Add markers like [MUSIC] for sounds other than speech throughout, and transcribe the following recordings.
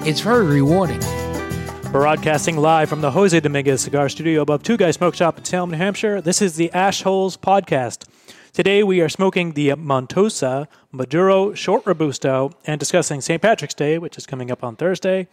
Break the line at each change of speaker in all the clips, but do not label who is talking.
It's very rewarding.
Broadcasting live from the Jose Dominguez Cigar Studio above Two Guys Smoke Shop in Salem, New Hampshire, this is the Ash Holes Podcast. Today we are smoking the Montosa Maduro Short Robusto and discussing St. Patrick's Day, which is coming up on Thursday.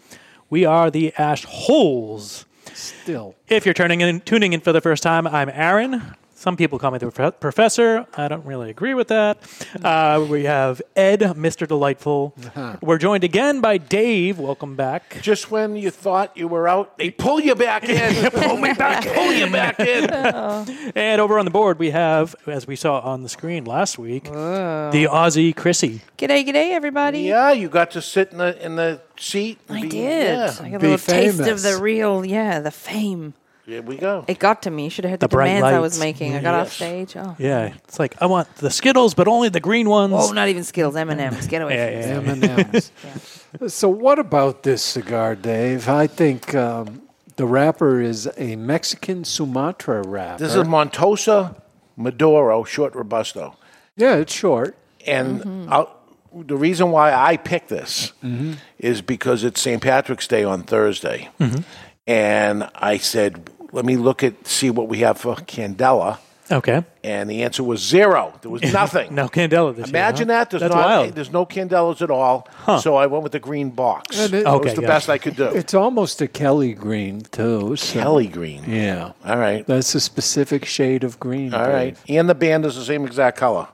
We are the Ash Holes.
Still,
If you're turning in, tuning in for the first time, I'm Aaron. Some people call me the prof- professor. I don't really agree with that. Uh, we have Ed, Mr. Delightful. We're joined again by Dave. Welcome back.
Uh-huh. just when you thought you were out, they pull you back
[LAUGHS]
in. pull me back. Oh Pull you back [LAUGHS] in.
And over on the board, we have, as we saw on the screen last week, the Aussie Chrissy.
G'day, g'day, everybody.
yeah, you got to sit in the in the seat. and
I
be-
did. I
Yeah.
got a
Be
little taste of
famous.
the real, yeah, the fame.
Here we go.
It got to me. You should have heard the,
bright
demands I was
lights.
making. I got off
Yes.
stage. Oh,
Yeah, it's like I want the Skittles, but only the green ones.
oh not even skills. M and M's. Get away.
Yeah,
from
yeah,
me.
yeah.
M&Ms. So what about this cigar, Dave? I think um, the wrapper is a Mexican Sumatra wrapper.
This is Montosa Maduro Short Robusto,
yeah, it's short.
and
Mm-hmm.
I'll- the reason why I picked this
Mm-hmm.
is because it's St. Patrick's Day on Thursday,
Mm-hmm.
and I said, "Let me look at see what we have for Candela,"
Okay,
and the answer was zero.
[LAUGHS]
There was nothing.
no Candela this
Imagine
year, huh?
that. There's
That's
not,
wild.
There's no Candelas at all. So I went with the green box.
And it-
That
Okay,
was the
yeah.
best I could
[LAUGHS]
do.
It's almost a Kelly green, too. so-
Kelly green.
Yeah.
All right.
That's a specific shade of green.
All right. And the band is the same exact color.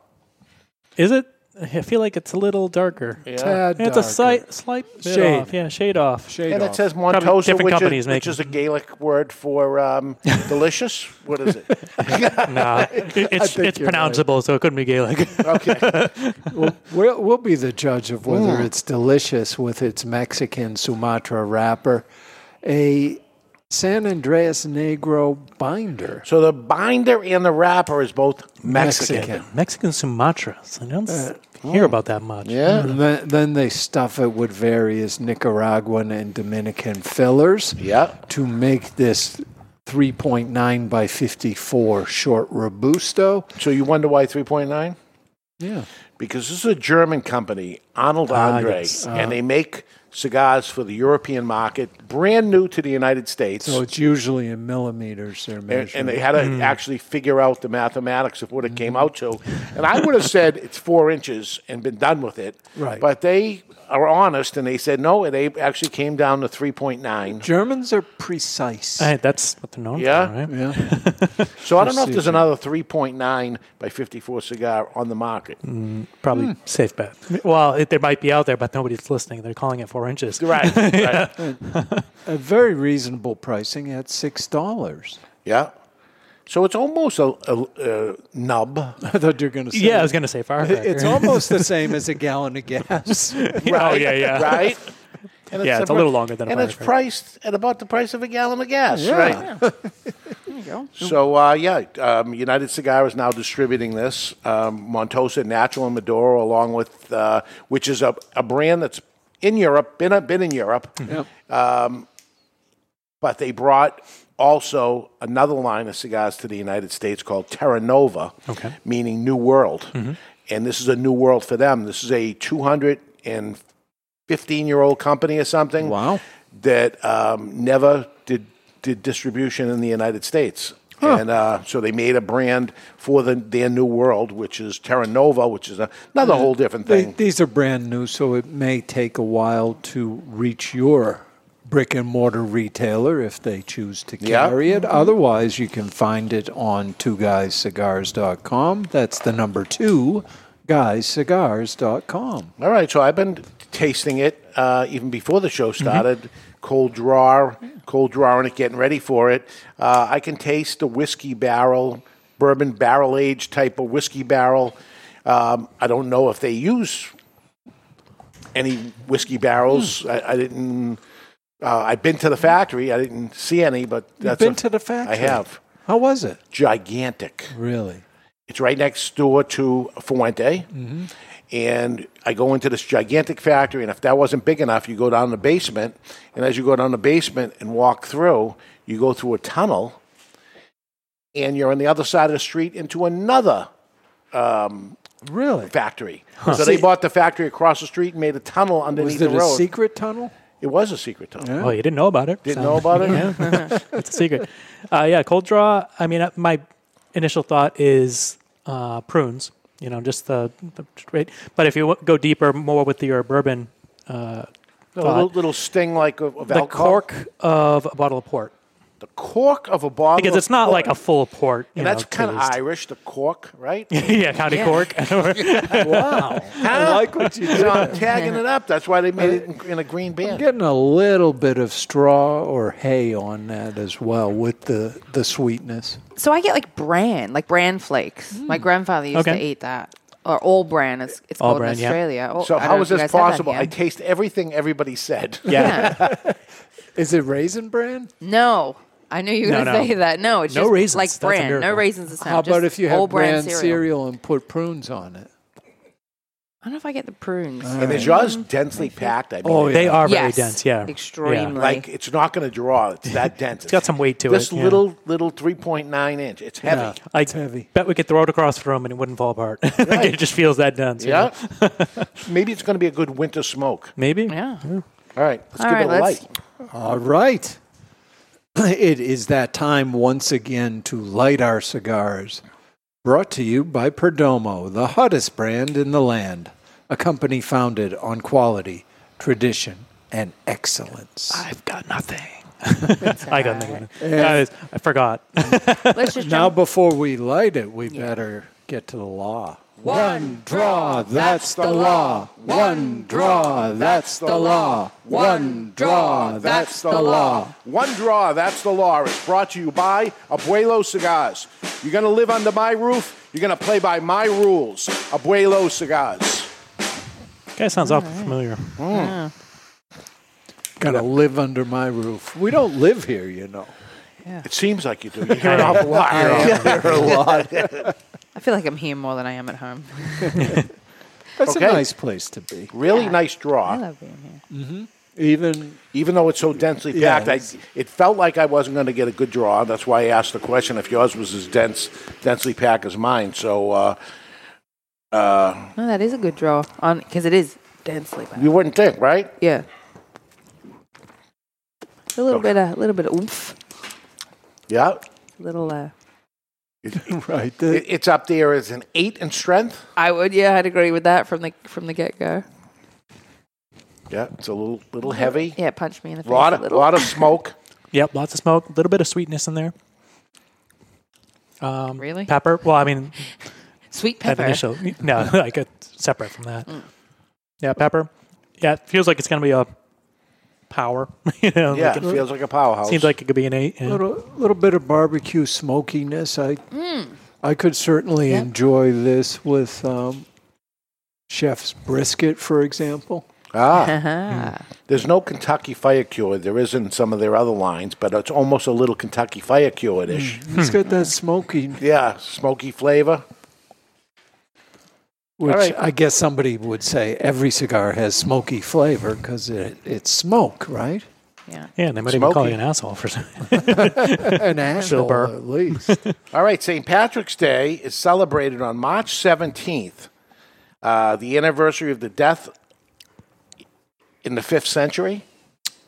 Is it? I feel like it's a little darker.
Dave. Tad
It's a
darker.
slight, slight bit
Shade.
off. Yeah, shade off.
Shade
And it
off.
says
Probably
Montosa,
different
which
companies
is, which
making-
is a Gaelic word for um, delicious. What is it? [LAUGHS]
Nah, it- [LAUGHS] it's
think
it's
you're right.
pronounceable, so it couldn't be Gaelic.
Okay.
We'll, we'll be the judge of whether
Mm.
it's delicious with its Mexican Sumatra wrapper. A San Andreas Negro binder.
so the binder and the wrapper is both Mexican.
[LAUGHS]
Uh,
Mexican Sumatra. So I don't s- hear about that much. Mm.
Yeah. Then, then they stuff it with various Nicaraguan and Dominican fillers.
Yeah.
To make this 3.9 by 54 short robusto.
So you wonder why 3.9?
Yeah.
because this is a German company, Arnold Andre,
yes.
and they make cigars for the European market, brand new to the United States.
So it's usually in millimeters they're
and,
measured.
and they had to
Hmm.
actually figure out the mathematics of what it came out to. And I would have said it's four inches and been done with it.
Right.
But they are honest and they said, no, it a- actually came down to 3.9.
Germans are precise.
Hey, that's what they're known
Yeah.
for, right? [LAUGHS]
yeah.
So I don't know if there's
Precision.
another 3.9 by 54 cigar on the market.
Mm, Probably
Hmm.
safe bet. Well, it, they might be out there, but nobody's listening. They're calling it four inches.
Right.
[LAUGHS]
right.
A very reasonable pricing at $6.
Yeah. So it's almost a, a, a nub.
[LAUGHS] I thought you were going to say
Yeah, I was gonna say firecracker.
[LAUGHS] It's almost the same as a gallon of
[LAUGHS]
gas.
[LAUGHS] oh yeah,
[LAUGHS]
yeah.
right? And
[LAUGHS] Yeah, it's a
pri-
little longer than a
and it's
firecracker.
priced at about the price of a gallon of gas,
Yeah.
right? So uh, yeah, um, United Cigar is now distributing this um, Montosa Natural and Maduro, along with uh, which is a, a brand that's in Europe, been been in Europe, Um, but they brought also another line of cigars to the United States called Terra Nova,
Okay.
meaning New World. And this is a new world for them. This is a 215 year old company or something.
Wow.
That um, never did, did distribution in the United States. And uh, so they made a brand for the, their new world, which is Terra Nova, which is a, another
Mm-hmm.
whole different
They-
thing.
these are brand new, so it may take a while to reach your brick and mortar retailer if they choose to
Yeah.
carry it. Otherwise, you can find it on two twoguyscigars.com. That's the number two, guyscigars.com.
Mm-hmm. All right, so I've been tasting it uh, even before the show started.
Mm-hmm.
Cold draw, cold drawing it, getting ready for it. Uh, I can taste the whiskey barrel, bourbon barrel aged type of whiskey barrel. Um, I don't know if they use any whiskey barrels.
Hmm.
I, I didn't. Uh, I've been to the factory. I didn't see any, but that's
been
a-
to the factory?
I have.
How was it?
Gigantic.
Really?
It's right next door to Fuente.
Mm-hmm.
And I go into this gigantic factory, and if that wasn't big enough, you go down the basement. And as you go down the basement and walk through, you go through a tunnel, and you're on the other side of the street into another um,
Really?
factory. So they bought the factory across the street and made a tunnel underneath
Was it
the
a
road.
secret tunnel?
It was a secret tunnel.
Oh, you didn't know about it.
Didn't know about it?
[LAUGHS]
[LAUGHS]
Yeah, [LAUGHS] it's a secret. Uh, yeah, cold draw. I mean, uh, my initial thought is uh, prunes. You know, just the, the right. But if you w- go deeper, more with your bourbon, uh,
A
thought,
little, Oh, little sting like of, of
the
alcohol.
cork of a bottle of port,
The cork of a bottle.
because
of
it's not
port.
like a full port. you
And that's
know,
kind of
taste.
Irish, the cork, right?
[LAUGHS] yeah, county
Yeah.
cork.
[LAUGHS]
[LAUGHS]
Wow. I like what you
You know,
did.
I'm tagging it up. That's why they made it in, in a green band.
Getting a little bit of straw or hay on that as well with the, the sweetness.
[LAUGHS] So I get like bran, like bran flakes.
Hmm.
My grandfather used
Okay.
to eat that. Or all bran, it's, it's
All
called
bran,
in
yeah.
Australia. Oh,
So
I don't
how
know
is
if
this
you guys have that
possible?
here.
I taste everything everybody said.
yeah.
Is it raisin bran?
No, I knew you were
No,
going to
no.
say that. No, it's
No
just
raisins.
like
That's a
bran. No
miracle.
raisins. It's
How
not,
about
just
if you have
old
bran
bran
cereal. and put prunes on it?
I don't know if I get the prunes.
And the jaw's densely packed. I mean,
Oh,
They
yeah.
are very
Yes.
dense. Yeah,
Extremely.
Yeah.
like it's not going to draw. It's that [LAUGHS] dense.
It's got some weight [LAUGHS] to
This
it. yeah.
little little three point nine inch. It's heavy.
Yeah,
I
it's heavy.
bet we could throw it across the room and it wouldn't fall apart. [LAUGHS] Like, it just feels that dense. you know?
Yeah. [LAUGHS] Maybe it's going to be a good winter smoke.
Maybe.
Yeah.
All right, let's
All
give
right,
it a
let's-
light.
All right. [CLEARS THROAT] It is that time once again to light our cigars. Brought to you by Perdomo, the hottest brand in the land, a company founded on quality, tradition, and excellence.
I've got nothing.
[LAUGHS]
I got nothing. Guys, I forgot.
Let's just
Now,
jump.
before we light it, we better get to the law. One draw, that's the law. One draw, that's the law. One draw, that's the law.
One draw, that's the law. It's brought to you by Abuelo Cigars. You're going to live under my roof. You're going to play by my rules. Abuelo Cigars.
Guy sounds awfully familiar.
Hmm. Gotta live under my roof. We don't live here, you know.
It seems like you do.
[LAUGHS]
You hear an awful lot. [LAUGHS]
I feel like I'm here more than I am
[LAUGHS]
at home.
That's
Okay.
a nice place to be.
Really nice
I
draw.
love being here.
Mm-hmm.
Even
Even though it's so densely
Yeah,
packed, I,
it's-
it felt like I wasn't going to get a good draw. That's why I asked the question if yours was as dense, densely packed as mine. So uh,
No, that is a good draw on because it is densely packed.
you wouldn't think, right?
Yeah. A little bit, uh, a little bit of oomph,
[LAUGHS] Yeah.
a little. Uh,
right,
It,
the,
it's up there as an eight in strength.
I would, yeah, I'd agree with that from the from the get go.
Yeah, it's a little little heavy.
Yeah, punch me in the face.
lot
a
of,
little. [LAUGHS]
lot of smoke.
Yep, lots of smoke, a little bit of sweetness in there. Um,
Really?
Pepper. Well, I mean,
[LAUGHS] sweet
that
pepper. Mm.
initial. No, [LAUGHS] like a separate from that. Yeah, pepper. Yeah, it feels like it's going to be a power. [LAUGHS] you know,
Yeah,
like
it
it
feels like a powerhouse.
seems like it could be an eight. yeah.
little, little bit of barbecue smokiness. I, I could certainly enjoy this with um, chef's brisket, for example.
ah,
Uh-huh.
there's no Kentucky Fire Cure. There is in some of their other lines, but it's almost a little Kentucky Fire Cure ish.
It's got that smoky,
Yeah, smoky [LAUGHS] flavor.
which
right.
I guess somebody would say every cigar has smoky flavor because it, it's smoke, right?
Yeah.
Yeah, and they might even call
Smoky.
you an asshole for something.
An asshole,
Burr.
at least.
All right, St. Patrick's Day is celebrated on March 17th, uh, the anniversary of the death in the fifth century.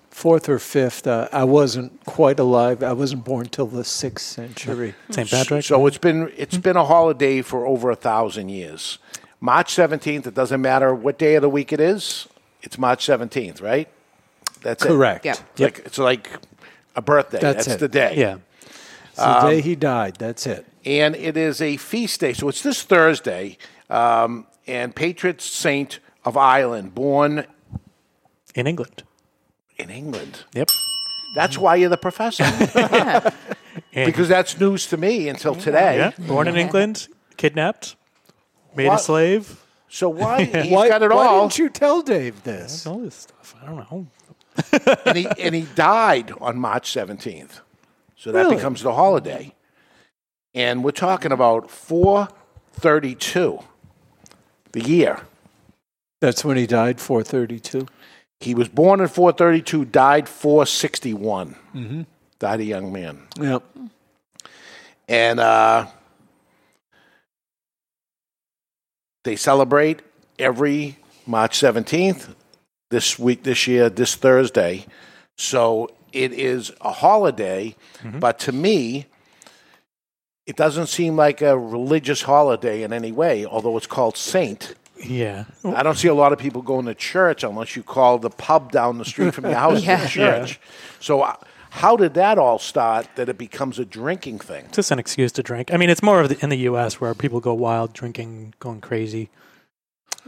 Fourth or fifth, uh, I wasn't quite alive. I wasn't born till the
[LAUGHS]
sixth century.
St. Patrick.
So it's been it's been a holiday for over a thousand years. March seventeenth. It doesn't matter what day of the week it is. It's March seventeenth, right? That's it.
Correct.
Yeah.
It's like it's like a birthday.
That's
That's,
it.
the day. Um,
yeah.
It's the day he died. That's it.
And it is a feast day. So it's this Thursday. Um, and patron saint of Ireland, born
In England.
in England.
Yep.
That's why you're the
[LAUGHS]
professor. [LAUGHS] because that's news to me until today.
Yeah. Born in England, kidnapped, made a
What?
slave,
So
[LAUGHS]
why he's
why,
got it
why
all?
didn't you tell Dave this?
All this stuff. I don't know.
and, he, and he died on March 17th. So that
Really?
becomes the holiday. And we're talking about 432, the year.
That's when he died, 432.
He was born in 432, died 461.
Mm-hmm.
Died a young man.
Yep.
And uh, they celebrate every March 17th this week, this year, this Thursday. So it is a holiday,
Mm-hmm.
but to me, it doesn't seem like a religious holiday in any way, although it's called Saint.
Yeah.
I don't see a lot of people going to church unless you call the pub down the street
[LAUGHS]
from your house
Yeah.
to church. So, uh, how did that all start that it becomes a drinking thing?
It's just an excuse to drink. I mean, it's more of the, in the U.S. where people go wild, drinking, going crazy.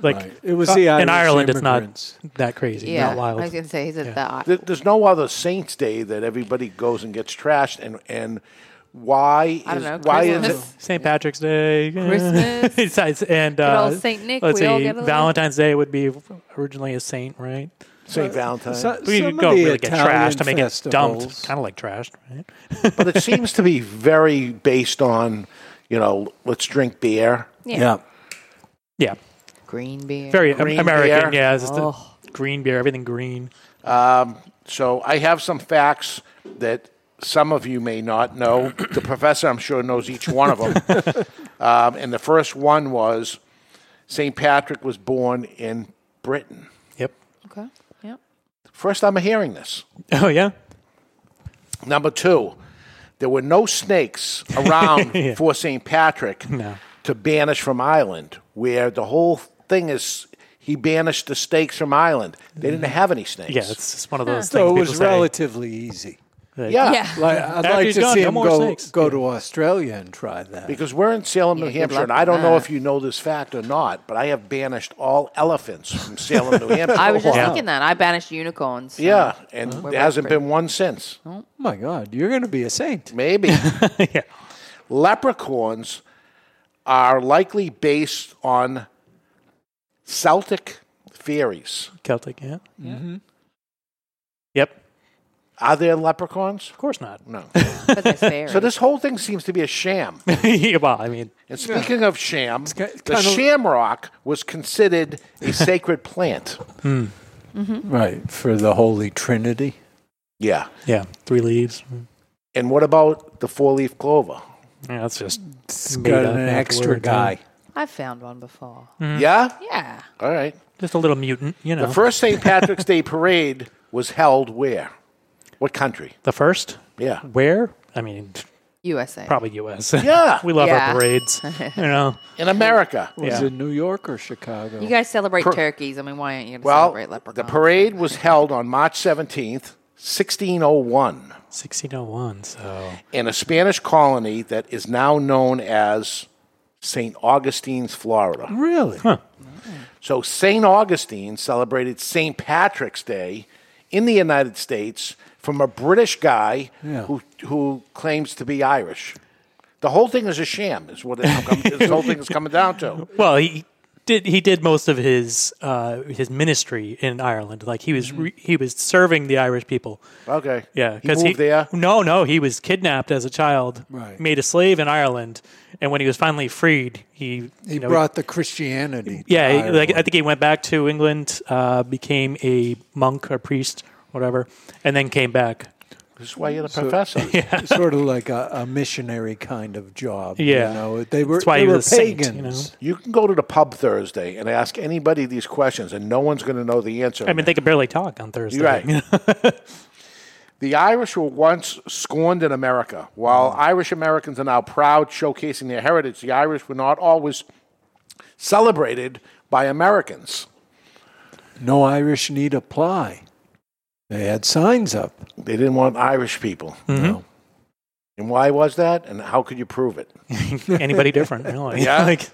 Like
Right. It was the
in
Irish
Ireland, it's
immigrants.
not that crazy,
Yeah,
not
I
wild.
was gonna say he's at the.
There- There's no other Saints Day that everybody goes and gets trashed, and and why
I
is
don't know.
why is it?
Christmas.
St. Patrick's Day, [LAUGHS]
Christmas.
Besides- and
Good
uh,
old Saint Nick,
Let's
we all
see,
get along.
Valentine's Day would be originally a saint, right?
St. Valentine.
So-
We
some
could
of
go
the
really get
Italian
trashed to make it
festivals-
dumped, kind of like trashed, right?
but it seems to be very based on, you know, let's drink beer.
Yeah.
yeah.
Yeah,
Green Oh. beer.
very
Green
American.
beer.
Yeah, it's just the green beer, everything green.
Um, So I have some facts that some of you may not know. the professor, I'm sure, knows each one of
[LAUGHS]
them. um, and the first one was St. Patrick was born in Britain.
Yep.
Okay. Yep.
First time I'm hearing this.
Oh yeah.
Number two, there were no
[LAUGHS]
snakes around for St. Patrick to banish from Ireland, where the whole thing is he banished the snakes from Ireland. They didn't have any snakes.
Mm-hmm. Yeah, it's just one of those things.
So it
people
was
say.
relatively easy.
yeah.
Yeah.
Like, I'd
After
like
he's
to
gone,
see
no
him
more
go,
snakes.
go to Australia and try that.
Because we're in Salem, New
Yeah, good
Hampshire,
luck
and I
with
don't know
that.
if you know this fact or not, but I have banished all elephants from Salem, New Hampshire.
[LAUGHS] I was just
yeah.
thinking that I banished unicorns. so- uh-huh.
Yeah, and there hasn't
whispering.
been one since.
oh my God, you're going to be a saint.
Maybe. Leprechauns are likely based on Celtic theories.
Celtic. Yeah. Yep.
Are there leprechauns?
Of course not.
No.
But they're fairy.
So this whole thing seems to be a sham.
Yeah, [LAUGHS] well, I mean,
And speaking of sham,
ki-
the
kinda-
shamrock was considered a sacred plant.
Hmm.
Right, for the Holy Trinity.
Yeah.
yeah, three leaves.
And what about the four-leaf clover?
Yeah, that's just
It's
Made
got
up
an
afterwards,
extra
huh?
guy.
I've found one before.
Yeah.
Yeah.
All right.
just a little mutant, you know.
The first St. Patrick's Day parade was held where? What country?
The first?
Yeah.
Where? I mean,
USA.
probably U.S.
[LAUGHS] Yeah.
we love
Yeah.
our
[LAUGHS]
parades. You know,
In America.
Was
Yeah.
it New York or Chicago?
You guys celebrate
Per-
turkeys. I mean, why aren't you going to
Well,
celebrate leprechauns?
the parade was held on March oh 17th, 1601,
1601. So
in a Spanish colony that is now known as St. Augustine's, Florida.
really?
So St. Augustine celebrated St. Patrick's Day in the United States from a British guy
Yeah.
who, who claims to be Irish. The whole thing is a sham, is what it, this whole thing is coming down to.
Well, he did. He did most of his uh, his ministry in Ireland. Like he was re- he was serving the Irish people.
Okay.
Yeah,
Mm-hmm. He moved there.
No, no, he was kidnapped as a child,
Right.
made a slave in Ireland, and when he was finally freed, he
He
you know,
brought the Christianity. to
yeah, he- like, uh, I
Ireland.
think he went back to England, uh, became a monk or priest, whatever, and then came back.
This is why you're the
[LAUGHS]
professor.
sort of like a, a missionary kind of job.
Yeah.
you know, they were
That's why
they
he
were
was a saint,
pagans.
you know?
You can go to the pub Thursday and ask anybody these questions, and no one's going to know the answer.
I mean, they could barely talk on Thursday. Mm-hmm.
You're
[LAUGHS]
right. The Irish were once scorned in America. While
Mm.
Irish Americans are now proud, showcasing their heritage, the Irish were not always celebrated by Americans.
No Irish need apply. They had signs up.
They didn't want Irish people.
No.
And why was that? And how could you prove it? [LAUGHS]
[LAUGHS] Anybody different, really?
Yeah.
[LAUGHS] like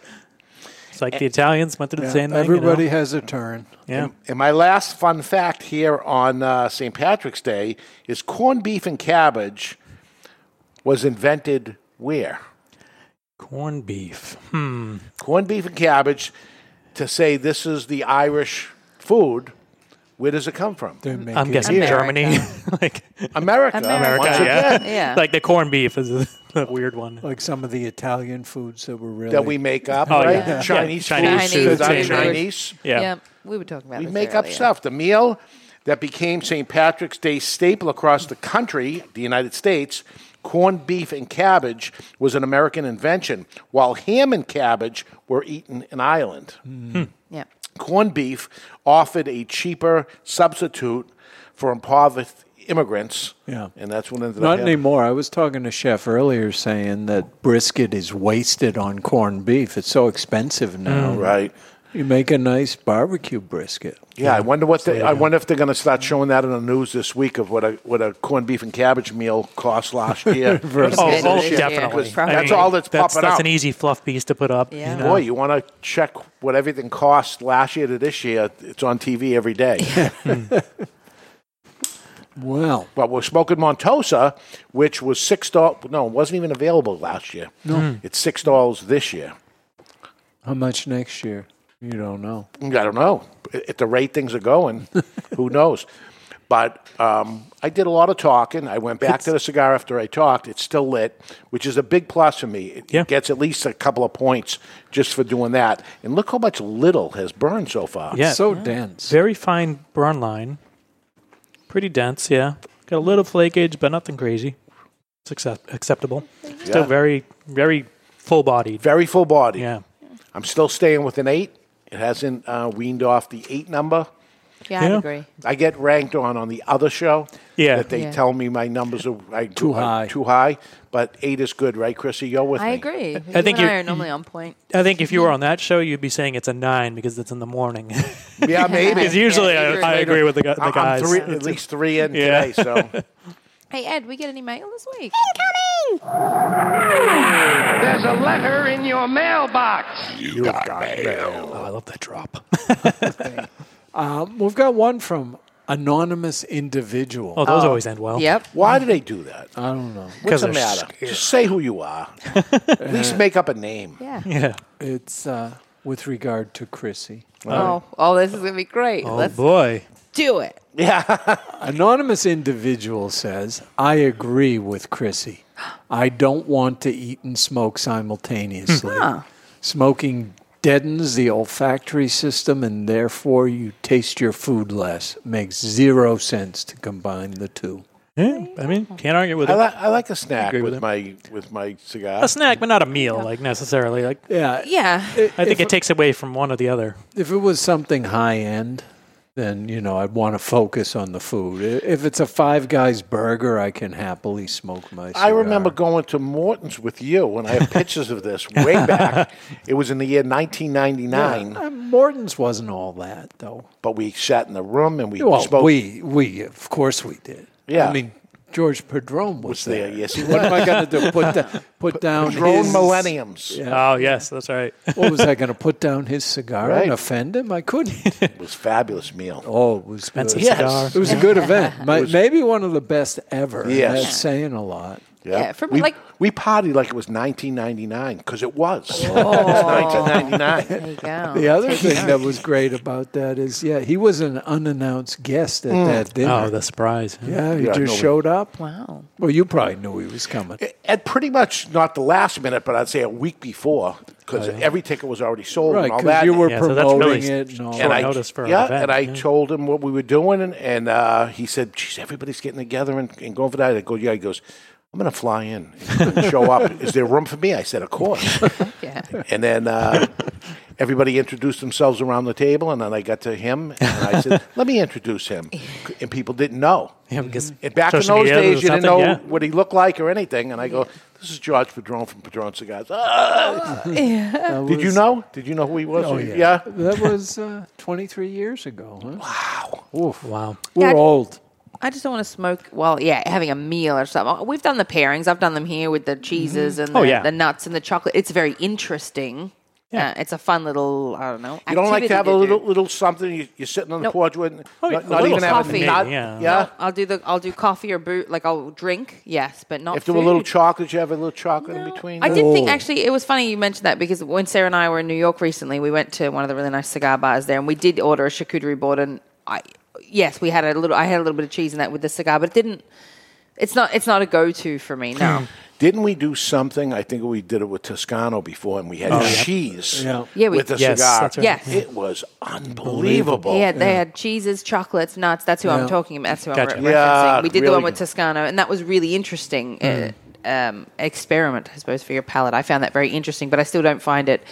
it's like the Italians went through the same thing. you know?
Everybody has a turn.
Yeah.
And my last fun fact here on uh, St. Patrick's Day is corned beef and cabbage was invented where?
Corned beef. Hmm.
Corned beef and cabbage to say this is the Irish food, where does it come from?
I'm guessing Germany, [LAUGHS] like
America.
[LAUGHS] America,
once
yeah.
again.
like the corned beef is a, [LAUGHS] a weird one.
Like some of the Italian foods that were really
That we make up,
Oh,
right?
yeah. Yeah.
Chinese,
Chinese
food,
food,
is that
yeah.
Chinese.
Yeah.
we were talking about
We
this
make up
earlier.
stuff. The meal that became St. Patrick's Day staple across the country, the United States, corned beef and cabbage was an American invention, while ham and cabbage were eaten in Ireland.
Yeah.
Corned beef offered a cheaper substitute for impoverished immigrants.
Yeah.
And that's what ended up
Not
happening.
anymore. I was talking to Chef earlier saying that brisket is wasted on corned beef. It's so expensive now.
Mm. Right.
You make a nice barbecue brisket.
Yeah, I wonder what they, I wonder if they're going to start showing that in the news this week of what a what a corned beef and cabbage meal cost last
[LAUGHS]
year.
Oh,
Yeah,
oh,
yeah,
definitely.
yeah.
I
That's
mean,
all that's
that's,
popping
That's
up.
an easy fluff piece to put up.
Yeah.
You know?
Boy, you want to check what everything cost last year to this year. It's on TV every day.
Well,
but we're smoking Montosa, which was six dollars. No, it wasn't even available last year. No, it's six dollars this year.
how much next year? You don't know.
I don't know. At the rate things are
[LAUGHS]
going, who knows? But um, I did a lot of talking. I went back to the cigar after I talked. It's still lit, which is a big plus for me. It
Yeah.
gets at least a couple of points just for doing that. And look how much little has burned so far.
Yeah.
So dense.
Very fine burn line. Pretty dense, yeah. Got a little flakage, but nothing crazy. It's accept- acceptable. Still
Yeah.
very, very full bodied.
Very full body.
Yeah.
I'm still staying with an eight. It hasn't uh, weaned off the eight number.
Yeah, I'd
Yeah.
agree.
I get ranked on on the other show.
Yeah.
that they
Yeah.
tell me my numbers are I,
Too
I-
high.
Too high, but eight is good, right, Chrissy? You're with
I
me.
agree. I
think
you and I
you're-
are normally on point.
I think if you were on that show, you'd be saying it's a nine because it's in the morning. [LAUGHS]
[LAUGHS]
Yeah, maybe.
Because usually
Yeah,
I, I
later.
agree with the, gu- the
I-
guys.
I'm three, at least three in
Yeah.
today. So
[LAUGHS] Hey Ed, we get any mail this week?
There's a letter in your mailbox.
you got, mail.
Oh, I love that drop.
Um, we've got one from anonymous individual.
[LAUGHS] Oh, those always end well.
Yep.
Why do they do that?
I don't know.
What's the
they're
matter? Just say who you
[LAUGHS]
are. at least make up a name.
Yeah.
Yeah.
It's uh, with regard to Chrissy.
Oh, oh, this is gonna be great.
Oh,
Let's
boy.
do it.
[LAUGHS]
Anonymous individual says, "I agree with Chrissy. I don't want to eat and smoke simultaneously. Smoking deadens the olfactory system, and therefore you taste your food less. Makes zero sense to combine the two.
Yeah, I mean, can't argue with
I,
it.
li- I like a snack
agree
with,
with him.
my with my cigar.
a snack, but not a meal, like necessarily. Like
Yeah,
Yeah.
I think it takes away from one or the other.
if it was something high end." Then you know I'd want to focus on the food. I- If it's a Five Guys burger, I can happily smoke my.
I remember
cigar.
going to Morton's with you, and I
[LAUGHS]
have pictures of this way back. It was in the year 1999,
Uh, Morton's wasn't all that though.
but we sat in the room and we
Well,
spoke.
we we of course we did.
Yeah.
I mean George Padron was
there,
there.
yes, he
what am I going to do?
[LAUGHS]
Put da- put down
drone
his,
millenniums.
Oh yes, that's right. [LAUGHS]
What was I going to put down his cigar
Right.
and offend him? I couldn't.
It was fabulous meal.
Oh, it was good.
Expensive
Yes.
cigar.
[LAUGHS] It was a good event. My, maybe one of the best ever. and
Yes.
That's saying a lot.
Yeah, from,
we,
like-
we partied like it was 1999 because it was. It [LAUGHS]
Oh.
was 1999.
There you go.
The other thing that was great about that is, yeah, he was an unannounced guest at that dinner.
Oh, the surprise.
yeah, he
Mm. Yeah,
just
no,
showed up.
Wow.
Well, you probably knew he was coming.
At pretty much not the last minute, but I'd say a week before because every ticket was already sold
Oh, right,
and all
because
that.
you were
Yeah, so that's really
promoting
s-
it. And all
short
that.
I,
notice for an
yeah,
event,
and I
yeah.
told him what we were doing, and, and uh, he said, "Geez, everybody's getting together and, and going for that." I go, "Yeah." He goes, "I'm going to fly in and show up. Is there room for me?" I said, "Of
[LAUGHS]
course."
Yeah.
And then uh, everybody introduced themselves around the table, and then I got to him, and I said, "Let me introduce him." And people didn't know.
Yeah, because
And back in
social
those
media
days,
or
you didn't know
something, yeah.
what he looked like or anything. And I go, "This is George Padron from Padron
[LAUGHS]
Cigars." Ah!
That
Did you
was-
know? Did you know who he was?
Oh,
yeah.
That was uh, 23 years ago. Huh?
Wow.
We're
Yeah.
old.
I just don't want to smoke. Well, yeah, having a meal or something. We've done the pairings. I've done them here with the cheeses and
Oh,
the,
yeah.
the nuts and the chocolate. It's very interesting. Yeah. it's a fun little, I don't know.
You don't like
activity
to have a
do.
little little something. You, you're sitting on the
Nope.
porch with,
Oh,
not,
a
not
little
even having
coffee.
not-
Yeah.
yeah.
No, I'll do the I'll do coffee or brew like I'll drink, yes, but not
If there were little
food.
chocolate, you have a little chocolate in between.
I did think actually it was funny you mentioned that because when Sarah and I were in New York recently, we went to one of the really nice cigar bars there, and we did order a charcuterie board, and I yes, we had a little I had a little bit of cheese in that with the cigar, but it didn't. It's not it's not a go to for
[LAUGHS]
me. No.
Didn't we do something? I think we did it with Toscano before, and we had
Oh, yeah.
cheese
Yeah. Yeah, we-
with a
Yes,
cigar.
that's right. Yes. Yeah.
It was unbelievable.
Yeah, they had cheeses, chocolates, nuts. That's who
Yeah.
I'm talking about. That's who
Gotcha.
I'm re-
Yeah,
referencing. We did
really
the one with
good. Mm.
Toscano, and that was really interesting [LAUGHS] uh, um, experiment, I suppose, for your palate. I found that very interesting, but I still don't find it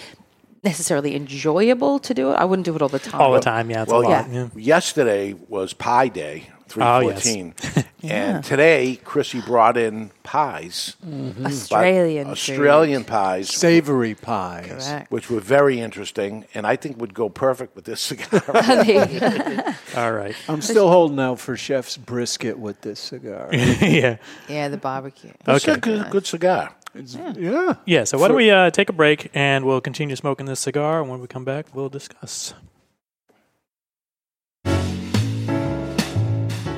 necessarily enjoyable to do it. I wouldn't do it all the time.
All the time, yeah, it's
well,
a lot. Yeah.
yesterday was Pie Day, three
Oh, yes.
fourteen,
Yeah.
and today Chrissy brought in pies,
Mhm.
But
Australian food.
Australian pies,
savory pies,
Correct.
which were very interesting, and I think would go perfect with this cigar.
[LAUGHS]
[LAUGHS]
All right.
I'm still holding out for Chef's brisket with this cigar.
[LAUGHS] yeah.
Yeah, the barbecue.
That's a Okay.
good, good cigar.
yeah.
Yeah, so why don't we uh, take a break and we'll continue smoking this cigar. And when we come back, we'll discuss.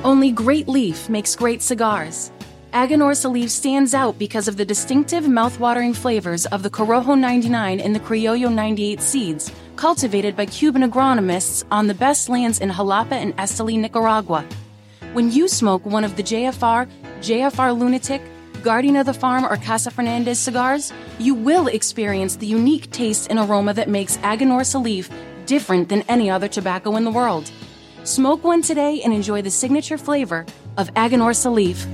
Only Great Leaf makes great cigars. Aganorsa leaf stands out because of the distinctive mouthwatering flavors of the Corojo 99 and the Criollo 98 seeds, cultivated by Cuban agronomists on the best lands in Jalapa and Esteli, Nicaragua. When you smoke one of the JFR, JFR Lunatic, Guardian of the Farm, or Casa Fernandez cigars, you will experience the unique taste and aroma that makes Aganorsa leaf different than any other tobacco in the world. Smoke one today and enjoy the signature flavor of Aganorsa leaf.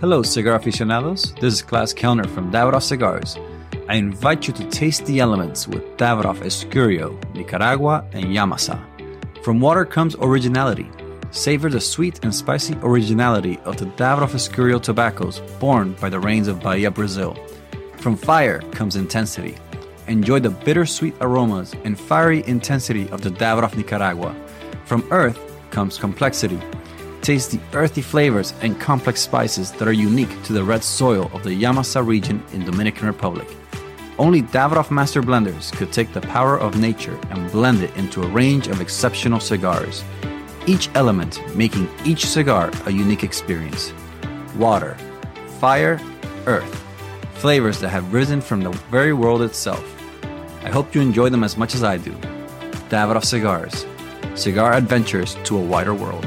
Hello, cigar aficionados. This is Klaus Kellner from Davidoff Cigars. I invite you to taste the elements with Davidoff Escurio, Nicaragua, and Yamasa. From water comes originality. Savor the sweet and spicy originality of the Davidoff Escurio tobaccos born by the rains of Bahia, Brazil. From fire comes intensity. Enjoy the bittersweet aromas and fiery intensity of the Davidoff Nicaragua. From earth comes complexity. Taste the earthy flavors and complex spices that are unique to the red soil of the Yamasa region in Dominican Republic. Only Davidoff Master Blenders could take the power of nature and blend it into a range of exceptional cigars, each element making each cigar a unique experience. Water, fire, earth. Flavors that have risen from the very world itself. I hope you enjoy them as much as I do. Davidoff Cigars. Cigar adventures to a wider world.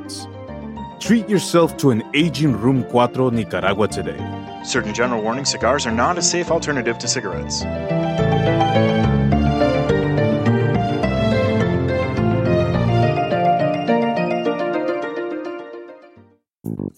Treat yourself to an aging Room 4 Nicaragua today.
Certain general warning cigars are not a safe alternative to cigarettes.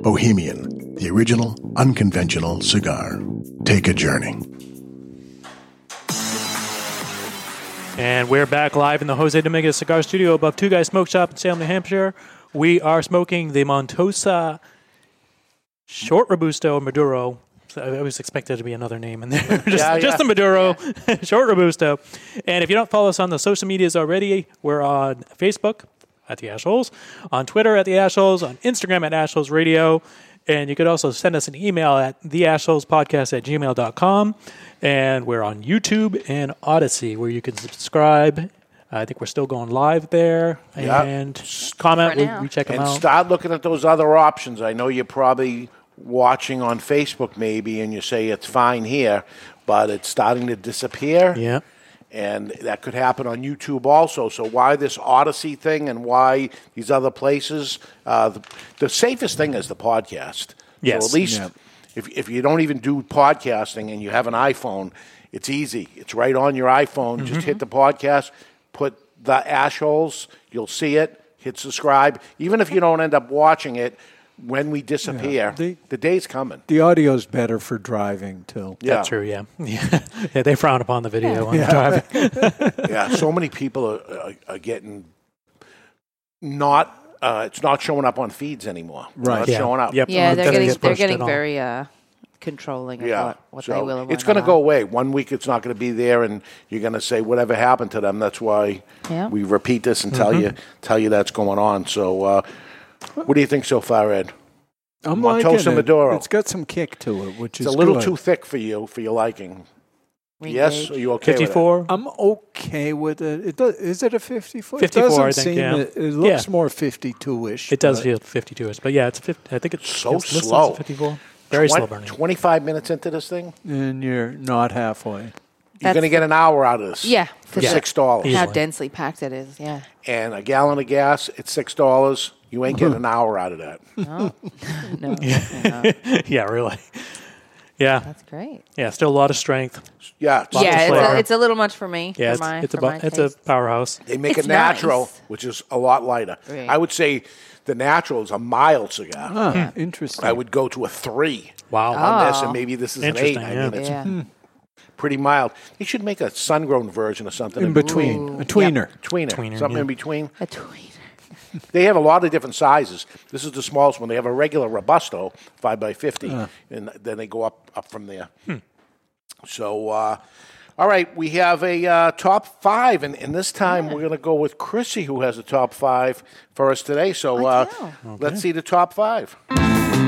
Bohemian, the original, unconventional cigar. Take a journey.
And we're back live in the Jose Dominguez Cigar Studio above Two Guys Smoke Shop in Salem, New Hampshire. We are smoking the Montosa Short Robusto Maduro. So I always expected there to be another name in there. [LAUGHS] just,
yeah.
just the Maduro [LAUGHS] Short Robusto. And if you don't follow us on the social medias already, we're on Facebook at The Ashholes, on Twitter at The Ashholes, on Instagram at Ashholes Radio. And you could also send us an email at theassholespodcast at gmail.com. And we're on YouTube and Odyssey, where you can subscribe. I think we're still going live there.
Yeah.
And comment, we, we check them
and
out.
start looking at those other options. I know you're probably watching on Facebook maybe and you say it's fine here, but it's starting to disappear.
Yeah.
And that could happen on YouTube also. So why this Odyssey thing and why these other places? Uh, the, the safest thing is the podcast.
Yes.
So at least
Yeah.
if, if you don't even do podcasting and you have an iPhone, it's easy. It's right on your
Mm-hmm.
iPhone. Just hit the podcast, put the assholes, you'll see it, hit subscribe. Even if you don't end up watching it, when we disappear, the, day's coming.
The audio's better for driving, too.
Yeah.
That's true, yeah. [LAUGHS] yeah. They frown upon the video on
Yeah.
the driving.
[LAUGHS] yeah, so many people are, are, are getting not. Uh, it's not showing up on feeds anymore. It's
Right.
not
Yeah.
showing up.
Yeah, they're getting they're getting very uh, controlling of
Yeah.
what, what
so
they will. and
it's going
will
to
not.
go away. One week it's not going to be there, and you're going to say whatever happened to them. That's why
Yeah.
we repeat this and tell
Mm-hmm.
Mhm.
you tell you that's going on. So, uh, what do you think so far, Ed?
I'm
Montosa
liking it.
Maduro.
It's got some kick to it, which
It's
is
a little
good.
too thick for you for your liking. Yes, are you okay? with it?
I'm okay with it. It does, is it a 54? It
54, I
doesn't
think,
seem
yeah.
it, it looks
Yeah.
more 52-ish.
It does
but-
feel 52 ish, but yeah, it's 50, I think it's
so
it's listed as
slow.
54. Very slow
Twen-
burning.
25 minutes into this thing,
And you're not halfway.
you're going to get an hour out of this.
Yeah,
For
sure.
$6.
How densely packed it
[LAUGHS]
is. Yeah.
And a gallon of gas, it's $6. You ain't
Mm-hmm.
getting an hour out of that.
No. no.
[LAUGHS] yeah. really. Yeah. That's
great.
Yeah, still a lot of strength.
Yeah,
Lots of
yeah, it's
flavor.
a, it's a little much for me.
yeah,
for
it's,
my,
it's,
for
a,
my
bu- it's a
taste.
powerhouse.
They make a
It's
natural,
nice.
which is a lot lighter.
Right.
I would say the natural is a mild cigar.
Ah, Yeah. interesting.
I would go to a three.
Wow.
On this,
Ah.
and maybe this is an eight.
Interesting,
I
yeah.
mean, it's
Yeah. Hmm.
pretty mild. They should make a sun-grown version or something.
In between.
Ooh.
A tweener.
Yeah, tweener.
Tweener,
Something
yeah.
in between.
A tweener.
They have a lot of different sizes. This is the smallest one. They have a regular robusto, five by fifty,
Uh.
Ah.
and then they go up up from there. Hmm. So, uh, all right, we have a uh, top five, and, and this time we're going to go with Chrissy, who has a top five for us today. So, uh, let's see the top five.
Hmm.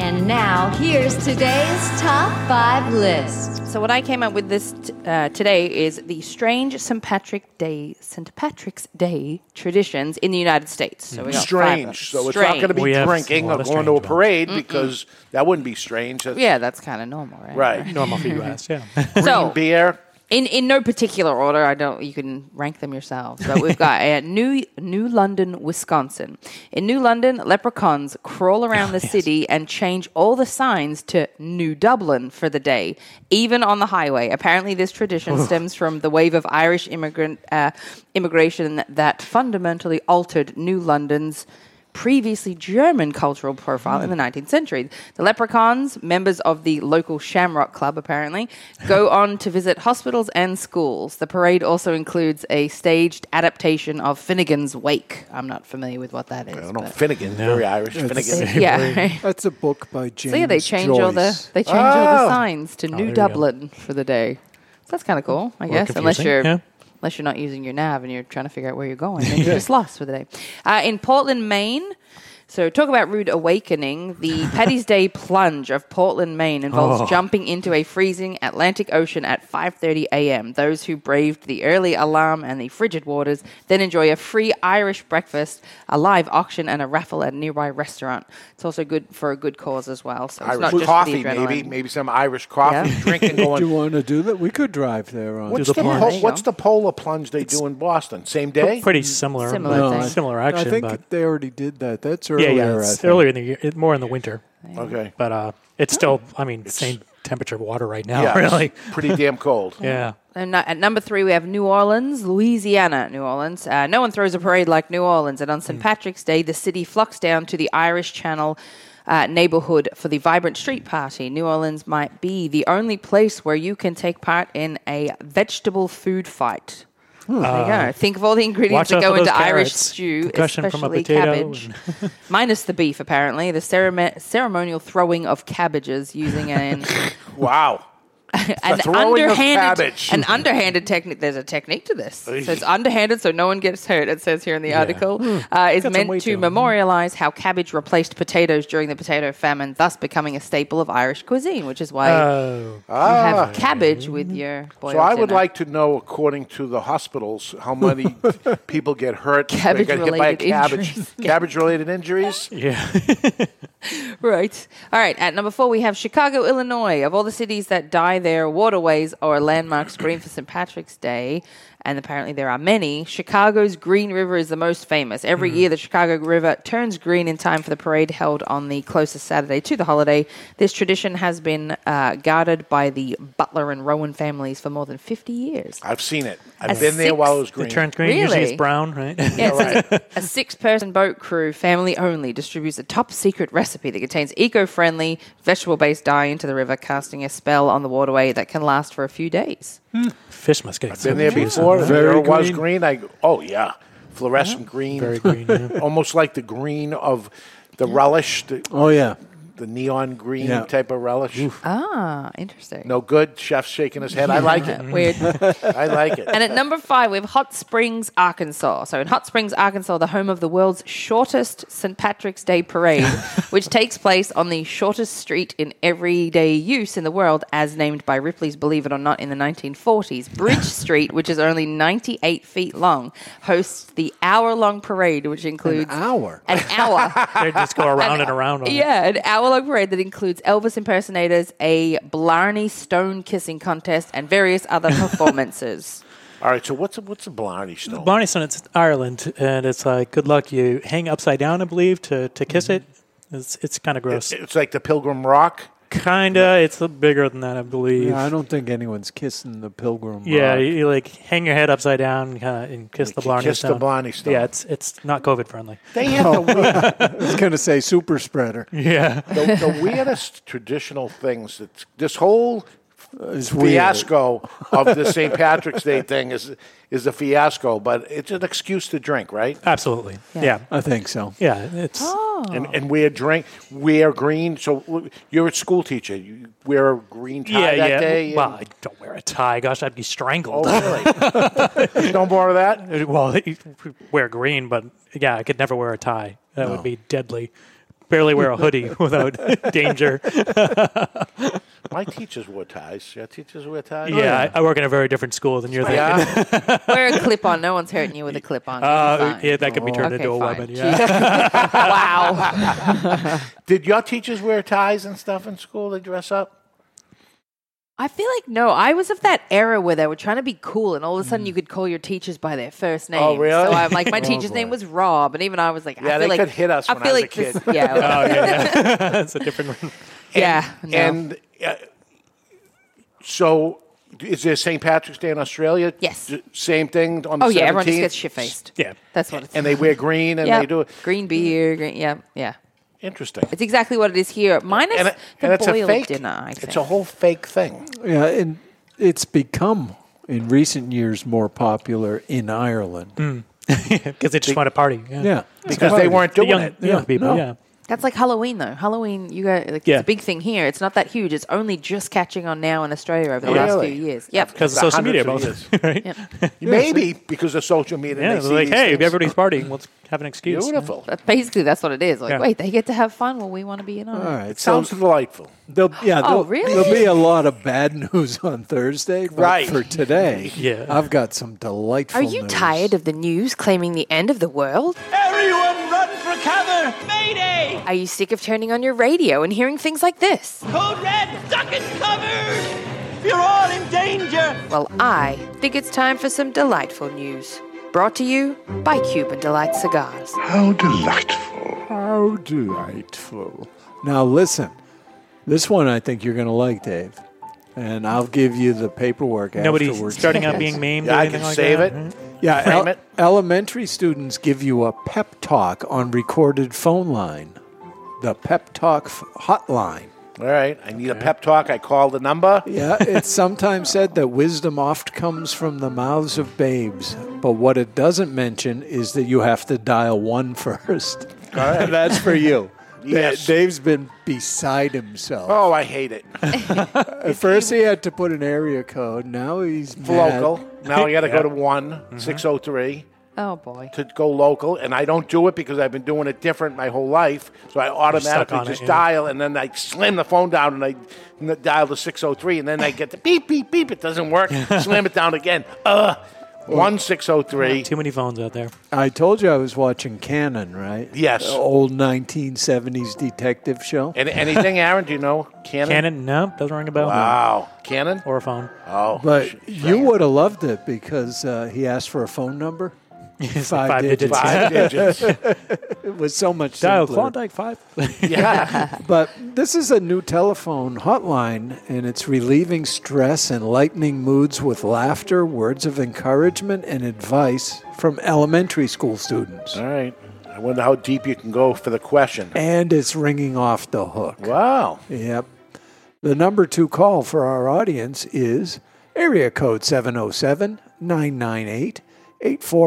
And now, here's today's top five list.
So what I came up with this t- uh, today is the strange St. Patrick Day, St. Patrick's Day traditions in the United States. So we got five of them.
strange. So it's not going to be
Strange.
drinking or going to a parade because that wouldn't be strange. That's
Yeah, that's kind of [LAUGHS] normal, right?
right.
Normal for US, yeah.
so
beer.
In in no particular order, I don't. You can rank them yourselves. But we've got uh, New New London, Wisconsin. In New London, leprechauns crawl
[LAUGHS]
around the city and change all the signs to New Dublin for the day, even on the highway. Apparently, this
[LAUGHS]
tradition
Oof.
stems from the wave of Irish immigrant uh, immigration that fundamentally altered New London's previously German cultural profile in the
Hmm.
19th century. The leprechauns, members of the local Shamrock Club apparently,
[LAUGHS]
go on to visit hospitals and schools. The parade also includes a staged adaptation of Finnegan's Wake. I'm not familiar with what that is.
I don't know.
but-
Finnegan, very Irish.
That's-
[LAUGHS]
Finnegan.
Yeah, [LAUGHS] right.
That's a book by James
so yeah, they change all the
Joyce.
they change all
Ah!
Oh.
the signs to
Oh, there
New
you go.
Dublin for the day. So that's kind of cool, I
Or
guess, unless
confusing,
you're
yeah.
unless you're not using your nav and you're trying to figure out where
[LAUGHS]
you're going. And you're just lost for the day. Uh, in Portland, Maine. So talk about rude awakening. The Paddy's Day plunge of Portland, Maine involves
Oh.
jumping into a freezing Atlantic Ocean at 5:30 a.m. Those who braved the early alarm and the frigid waters then enjoy a free Irish breakfast, a live auction and a raffle at a nearby restaurant. It's also good for a good cause as well. So it's
Irish
not just for
coffee,
the
maybe.
adrenaline.
Maybe some Irish coffee
Yeah.
drinking going.
[LAUGHS] do you want to do that? We could drive there on
What's the,
plunge.
po- what's the polar plunge they do in Boston? Same day?
pretty similar. Similar
No,
thing.
I-
Similar
no,
action,
I think
but-
they already did that. That's
yeah,
earlier.
yeah,
I
it's
think.
earlier in the year, it- more in the winter.
Okay, Oh.
but uh, it's still, I mean, same temperature of water right now,
Yeah, it's
really.
pretty damn cold.
[LAUGHS] yeah.
And nu- at number three, we have New Orleans, Louisiana, New Orleans. Uh, no one throws a parade like New Orleans. And on
Hmm.
St. Patrick's Day, the city flocks down to the Irish Channel uh, neighborhood for the vibrant street party. New Orleans might be the only place where you can take part in a vegetable food fight. there you go. Think of all the [LAUGHS] ingredients
Hmm. Ah. watch
that
out for
go
those
into Irish
carrots.
stew,
Concussion from a
especially
potato
cabbage, minus the beef. Apparently, the ceremo- ceremonial throwing of cabbages using an
wow.
[LAUGHS] an
throwing of
underhanded,
cabbage.
an underhanded technique. There's a technique to this. So it's underhanded, so no one gets hurt. It says here in the article
Hmm.
uh,
Got
is
some
meant
weight
to
to it.
memorialize how cabbage replaced potatoes during the potato famine, thus becoming a staple of Irish cuisine, which is why
Oh.
you have
Ah.
cabbage with your boiled
So I would
dinner.
like to know, according to the hospitals, how
[LAUGHS]
many people get hurt. when they get hit by a
Cabbage-related
cabbage.
injuries.
Cabbage-related injuries.
Yeah.
[LAUGHS] Right. All right. At number four, we have Chicago, Illinois. Of all the cities that dye their waterways or landmarks [CLEARS THROAT] green for St. Patrick's Day, and apparently there are many, Chicago's Green River is the most famous. Every
Mm-hmm.
year, the Chicago River turns green in time for the parade held on the closest Saturday to the holiday. This tradition has been uh, guarded by the Butler and Rowan families for more than 50 years.
I've seen it. I've
A
been there while it was
six-
green.
It turns green, usually
Really?
it's brown,
[LAUGHS]
right?
Yes, a six-person boat crew, family only, distributes a top-secret recipe that contains eco-friendly vegetable-based dye into the river, casting a spell on the waterway that can last for a few days.
[LAUGHS] Fish must get
I've been there before. there it was green. I oh yeah, fluorescent green.
Very green, yeah.
[LAUGHS] Almost like the green of the relish. The,
oh yeah,
the neon green
Yeah.
type of relish.
Ah, interesting.
No good. Chef's shaking his head. I like it.
Weird.
[LAUGHS] I like it.
And at number five, we have Hot Springs, Arkansas. So in Hot Springs, Arkansas, the home of the world's shortest St. Patrick's
[LAUGHS]
Day parade, which takes place on the shortest street in everyday use in the world, as named by Ripley's Believe It or Not in the 1940s.
[LAUGHS]
Bridge Street, which is only 98 feet long, hosts the hour-long parade, which includes an hour, an hour,
[LAUGHS] they just go around and around. On it.
yeah, an hour long parade that includes Elvis impersonators, a Blarney stone kissing contest, and various
[LAUGHS]
other performances.
All right. So what's a, what's a Blarney Stone?
Barney Stone, it's Ireland, and it's like good luck. You hang upside down, I believe, to, to kiss it.
Mm-hmm.
It's it's kind of gross.
it's like the Pilgrim Rock.
Kinda. It's a- bigger than that, I believe.
Yeah, I don't think anyone's kissing the pilgrim.
Yeah,
rock.
you, you, like hang your head upside down and kind of and kiss the Blarney
kiss the
Stone.
Blarney Stone.
Yeah, it's it's not COVID friendly.
They have
[LAUGHS]
the weird-
[LAUGHS] I was going to say super spreader.
Yeah.
the,
[LAUGHS]
the
[LAUGHS]
weirdest traditional things that this whole
it's weird.
fiasco of the St. Patrick's Day thing is is a fiasco, but it's an excuse to drink, right?
Absolutely. Yeah. Yeah.
[LAUGHS] I think so.
Yeah, it's
and
Oh.
and wear drink, wear green. So w- you're a school teacher. You wear a green tie
yeah,
that
yeah.
day.
well, I don't wear a tie. Gosh, I'd be strangled.
Oh, really? [LAUGHS] don't borrow that.
[LAUGHS] Uh, Well, you wear green, but yeah, I could never wear a tie. That
No.
would be deadly. Barely wear
[LAUGHS]
a hoodie [LAUGHS] without danger. [LAUGHS]
My teachers wore ties. Your teachers wear ties.
[LAUGHS] yeah, I, I work in a very different school than you're thinking.
Wear a clip on. No one's hurting you with a clip on.
Uh, yeah, that could be turned
Okay,
into a
fine.
weapon. Yeah.
[LAUGHS] wow.
[LAUGHS] Did your teachers wear ties and stuff in school? They dress up.
I feel like no. I was of that era where they were trying to be cool, and all of a
Mm.
sudden you could call your teachers by their first name.
Oh, really?
So I'm
[LAUGHS]
like, my
[LAUGHS] Oh,
teacher's
boy.
name was Rob, and even I was like, I
Yeah,
feel
they
like,
could hit us
I
when I
feel
was a
like this-
kid.
[LAUGHS] [LAUGHS]
[LAUGHS]
yeah,
oh, yeah, yeah. [LAUGHS] That's a different one.
yeah. no.
And uh, so, is there St. Patrick's Day in Australia? Yes. Same thing on the
oh yeah, everyone just
17th?
gets shit faced.
Yeah,
that's what it's.
And they wear green and
Yeah.
they do it.
[LAUGHS] Green beer, green, yeah, yeah.
Interesting.
It's exactly what it is here, minus
And,
the
and it's a
boiled
fake
dinner. I think.
It's a whole fake thing.
Yeah, and it's become in recent years more popular in Ireland.
Because Mm, they just want to party. Yeah.
Yeah.
Because they weren't
The
doing
young,
it.
the young
Yeah,
people,
no.
yeah.
That's like Halloween though. Halloween, you go like
Yeah.
it's a big thing here. It's not that huge. It's only just catching on now in Australia over the last
Really?
few years. Yep.
Because of social media,
hundreds
both.
of
[LAUGHS]
Maybe because of social media.
Yeah,
they see
they're like,
these
hey,
things.
everybody's partying. Let's have an excuse.
Beautiful.
But basically, that's what it is. Like,
Yeah.
wait, they get to have fun. Well, we want to be in on it.
delightful.
There'll, yeah,
Oh,
there'll,
really?
there'll be a lot of bad [LAUGHS] news on Thursday, but
Right.
[LAUGHS]
for today,
Yeah.
I've got some delightful
Are you
news.
tired of the news claiming the end of the world?
Everyone run for cover! Mayday!
Are you sick of turning on your radio and hearing things like this?
Code red, duck and cover! You're all in danger!
Well, I think it's time for some delightful news. Brought to you by Cuban Delight Cigars.
How delightful. How delightful. Now, listen, this one I think you're going to like, Dave. And I'll give you the paperwork
Nobody
afterwards.
starting out being memed or Yeah, I anything can like save that, it. right?
Yeah,
Frame
el- elementary students give you a pep talk on recorded phone line, the pep talk f- hotline.
All right, I need a pep talk. I call the number.
Yeah, it's sometimes said that wisdom oft comes from the mouths of babes, but what it doesn't mention is that you have to dial one [LAUGHS] first.
All right.
That's for you. Da-
[LAUGHS] Yes.
Dave's been beside himself.
[LAUGHS] Oh, I hate it.
At first, he had to put an area code. Now he's
For
mad.
local. Now I got to go
[LAUGHS]
to one
Mm-hmm.
six zero three.
Oh boy.
To go local, and I don't do it because I've been doing it different my whole life. So I automatically
on it,
just
yeah.
dial, and then I slam the phone down, and I n- dial the six zero three, and then I get the beep beep beep. It doesn't
[LAUGHS]
work. slam it down again. Uh, one six zero three.
Too many phones out there.
I told you I was watching Canon, right?
Yes.
The old 1970s detective show.
And
[LAUGHS]
anything, Aaron? Do you know Canon?
Canon, no, doesn't ring a bell.
Wow, Canon
or a phone.
Oh,
But you would have loved it because uh, he asked for a phone number.
[LAUGHS]
five,
five digits. Five digits.
[LAUGHS] it was so much
Dial
simpler.
Klondike [LAUGHS] Five.
Yeah.
[LAUGHS] but this is a new telephone hotline, and it's relieving stress and lightening moods with laughter, words of encouragement, and advice from elementary school students.
All right. I wonder how deep you can go for the question.
And it's ringing off the hook.
Wow.
Yep. The number two call for our audience is area code 707 998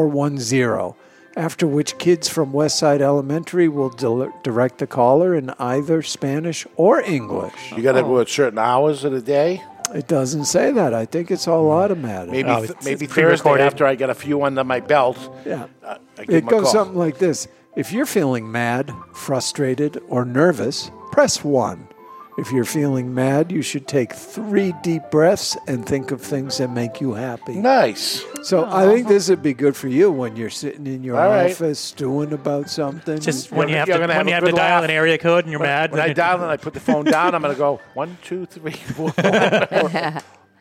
8410, after which kids from Westside Elementary will dil- direct the caller in either Spanish or English.
You got to
Oh.
go at certain hours of the day.
It doesn't say that. I think it's all automatic.
Maybe th- maybe Thursday after I get a few under my belt.
Yeah.
uh, I give
It
'em a
goes
call.
something like this If you're feeling mad, frustrated, or nervous, press one. If you're feeling mad, you should take three deep breaths and think of things that make you happy.
Nice.
So I think this would be good for you when you're sitting in your
All right.
office stewing about something.
Just when you have to,
You're gonna
when
have
you
a
have to
good
dial
laugh.
an area code and you're
When-
mad.
When
then
I
it-
dial and I put the phone down, I'm going to go one, two, three, [LAUGHS] four.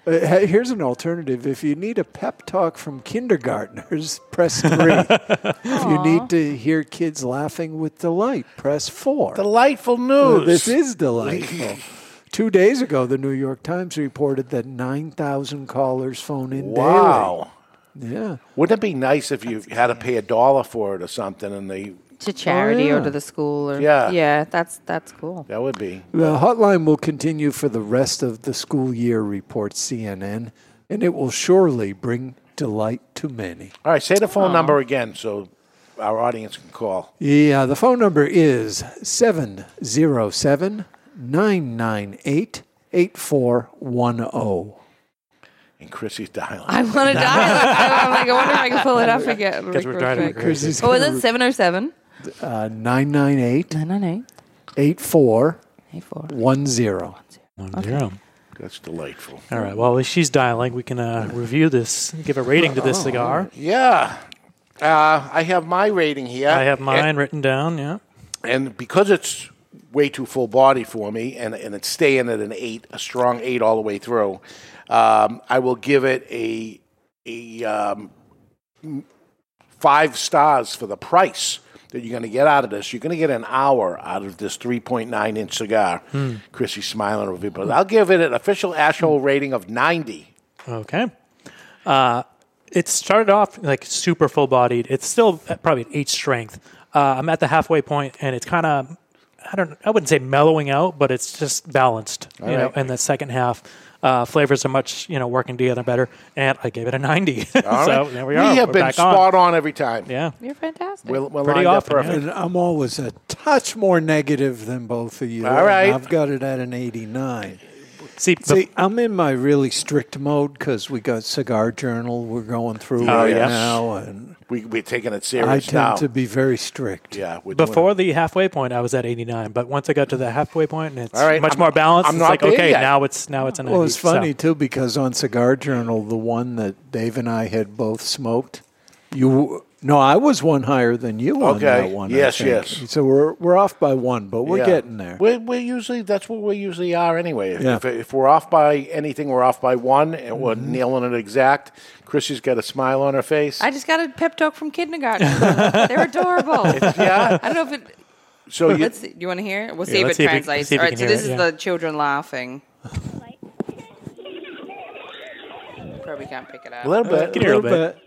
Uh, hey, here's an alternative. If you need a pep talk from kindergartners, [LAUGHS] press three. if you need to hear kids laughing with delight, press four.
Delightful
Uh,
news.
This is
[LAUGHS]
delightful. Two days ago, the New York Times reported that 9,000 callers phone in
wow.
daily. Yeah.
Wouldn't it be nice if you had to pay a dollar for it or something? And they
To charity
Oh, yeah.
or to the school or
Yeah.
yeah, Uh, that's that's cool.
that would be
The hotline will continue for the rest of the school year, reports CNN, and it will surely bring delight to many.
all right. Say the phone number again so our audience can call.
Yeah, the phone number is 707 998 8410.
And Chrissy's dialing.
I want
[LAUGHS]
to dial. it. I- I'm like, I wonder if I can pull it up again.
Guess we're driving
real quick.
crazy.
What was it? Seven oh seven.
Uh, 998
998
8410.
Zero.
That's delightful.
All right. Well, if she's dialing, we can uh, review this, give a rating to
Oh.
this cigar.
Yeah. Uh, I have my rating here.
I have mine
And,
written down. Yeah.
and because it's way too full body for me and, and it's staying at an eight, a strong eight all the way through, um, I will give it a, a um, five stars for the price that you're going to get out of this. You're going to get an hour out of this 3.9 inch cigar. Chrissy's smiling over me, but I'll give it an official asshole rating of 90.
Okay. Uh, it started off like super full bodied. It's still at probably at eight strength. Uh, I'm at the halfway point, and it's kind of I don't I wouldn't say mellowing out, but it's just balanced, you know,
right.
in the second half. Uh, flavors are much, you know, working together better. And I gave it a [LAUGHS] 90. so
All right.
there we are.
have
We're
been
back
spot on. every time.
Yeah.
You're fantastic.
We're, we're
Pretty
lined up
often, yeah.
perfect.
And I'm always a touch more negative than both of you.
All
and
right.
I've got it at an 89.
See,
I'm in my really strict mode because we got Cigar Journal we're going through
Oh,
right
yes.
now, and
we, we're taking it serious
I tend
now.
to be very strict.
yeah, we're doing
Before the halfway point, I was at 89. But once I got to the halfway point and it's
All right,
much
I'm-
more balanced,
I'm
it's
not
like,
there
okay,
yet.
now it's now it's a 90.
Well, it's
So-
funny too because on Cigar Journal, the one that Dave and I had both smoked, you no, I was one higher than you on
Okay.
that one. I
Yes,
think.
yes.
So we're we're off by one, but we're
Yeah.
getting there.
We're, we're usually that's what we usually are anyway. If-
Yeah. Mm-hmm.
If, if we're off by anything, we're off by one, and we're nailing it exact. Chrissy's got a smile on her face.
I just got a pep talk from [LAUGHS] kindergarten. They're adorable.
yeah.
I don't know if it.
So you-
let's see. you want to hear? it? We'll
Yeah,
see
let's
if
see
it
if we-
translates.
see if
All
we
right.
can
So
hear
this is
it,
the children laughing. Probably can't pick it up.
A little bit,
Can hear a little bit.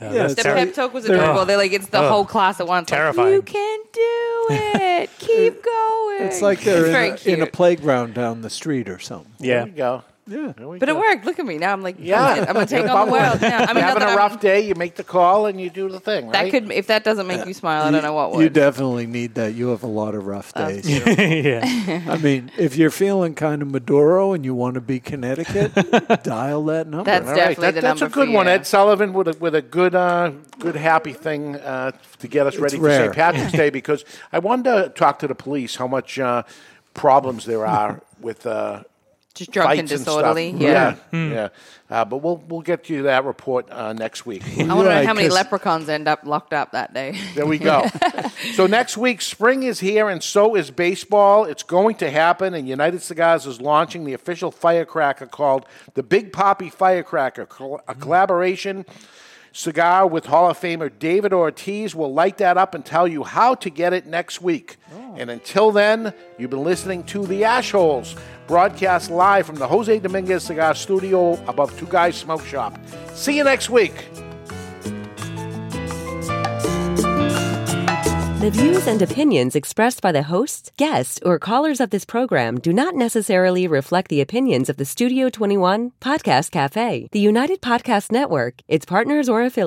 Yeah,
the
that's
pep
terrible.
talk was
They're-
adorable. They're like, it's the
Ugh.
whole class at once.
Terrifying.
Like, you can do
[LAUGHS]
it. Keep going.
It's like they're
very
in a, in a
cute.
playground down the street or something.
There you go.
Yeah.
But it worked. Look at me now. I'm like,
Yeah.
yeah, I'm
[LAUGHS]
gonna take on the world. Now. I
You're
mean, not
having
that
a
I'm-
rough day, you make the call and you do the thing.
that
right?
could if that doesn't make you smile, I don't know what
You
would.
definitely need that. You have a lot of rough
That's
days.
[LAUGHS]
I mean, if you're feeling kind of Maduro and you want to be
[LAUGHS]
Connecticut, dial that number.
All right, that- that's a good one, Ed Sullivan, with a, with a good, uh, good happy thing uh, to get us
It's
ready
rare.
for St. Patrick's Day. Because I wanted to talk to the police how much uh, problems there
[LAUGHS]
are with uh,
Just drunk and
fights stuff.
disorderly, yeah.
yeah,
Hmm.
yeah. Uh, but we'll we'll get you that report uh, next week.
I want to know how many leprechauns end up locked up that day.
There we
[LAUGHS]
go. so next week, spring is here, and so is baseball. It's going to happen, and United Cigars is launching the official firecracker called the Big Poppy Firecracker, col- a collaboration cigar with Hall of Famer David Ortiz. We'll light that up and tell you how to get it next week. And until then, you've been listening to The Ashholes, broadcast live from the Jose Dominguez Cigar Studio above Two Guys Smoke Shop. See you next week.
The views and opinions expressed by the hosts, guests, or callers of this program do not necessarily reflect the opinions of the Studio 21 Podcast Cafe, the United Podcast Network, its partners, or affiliates.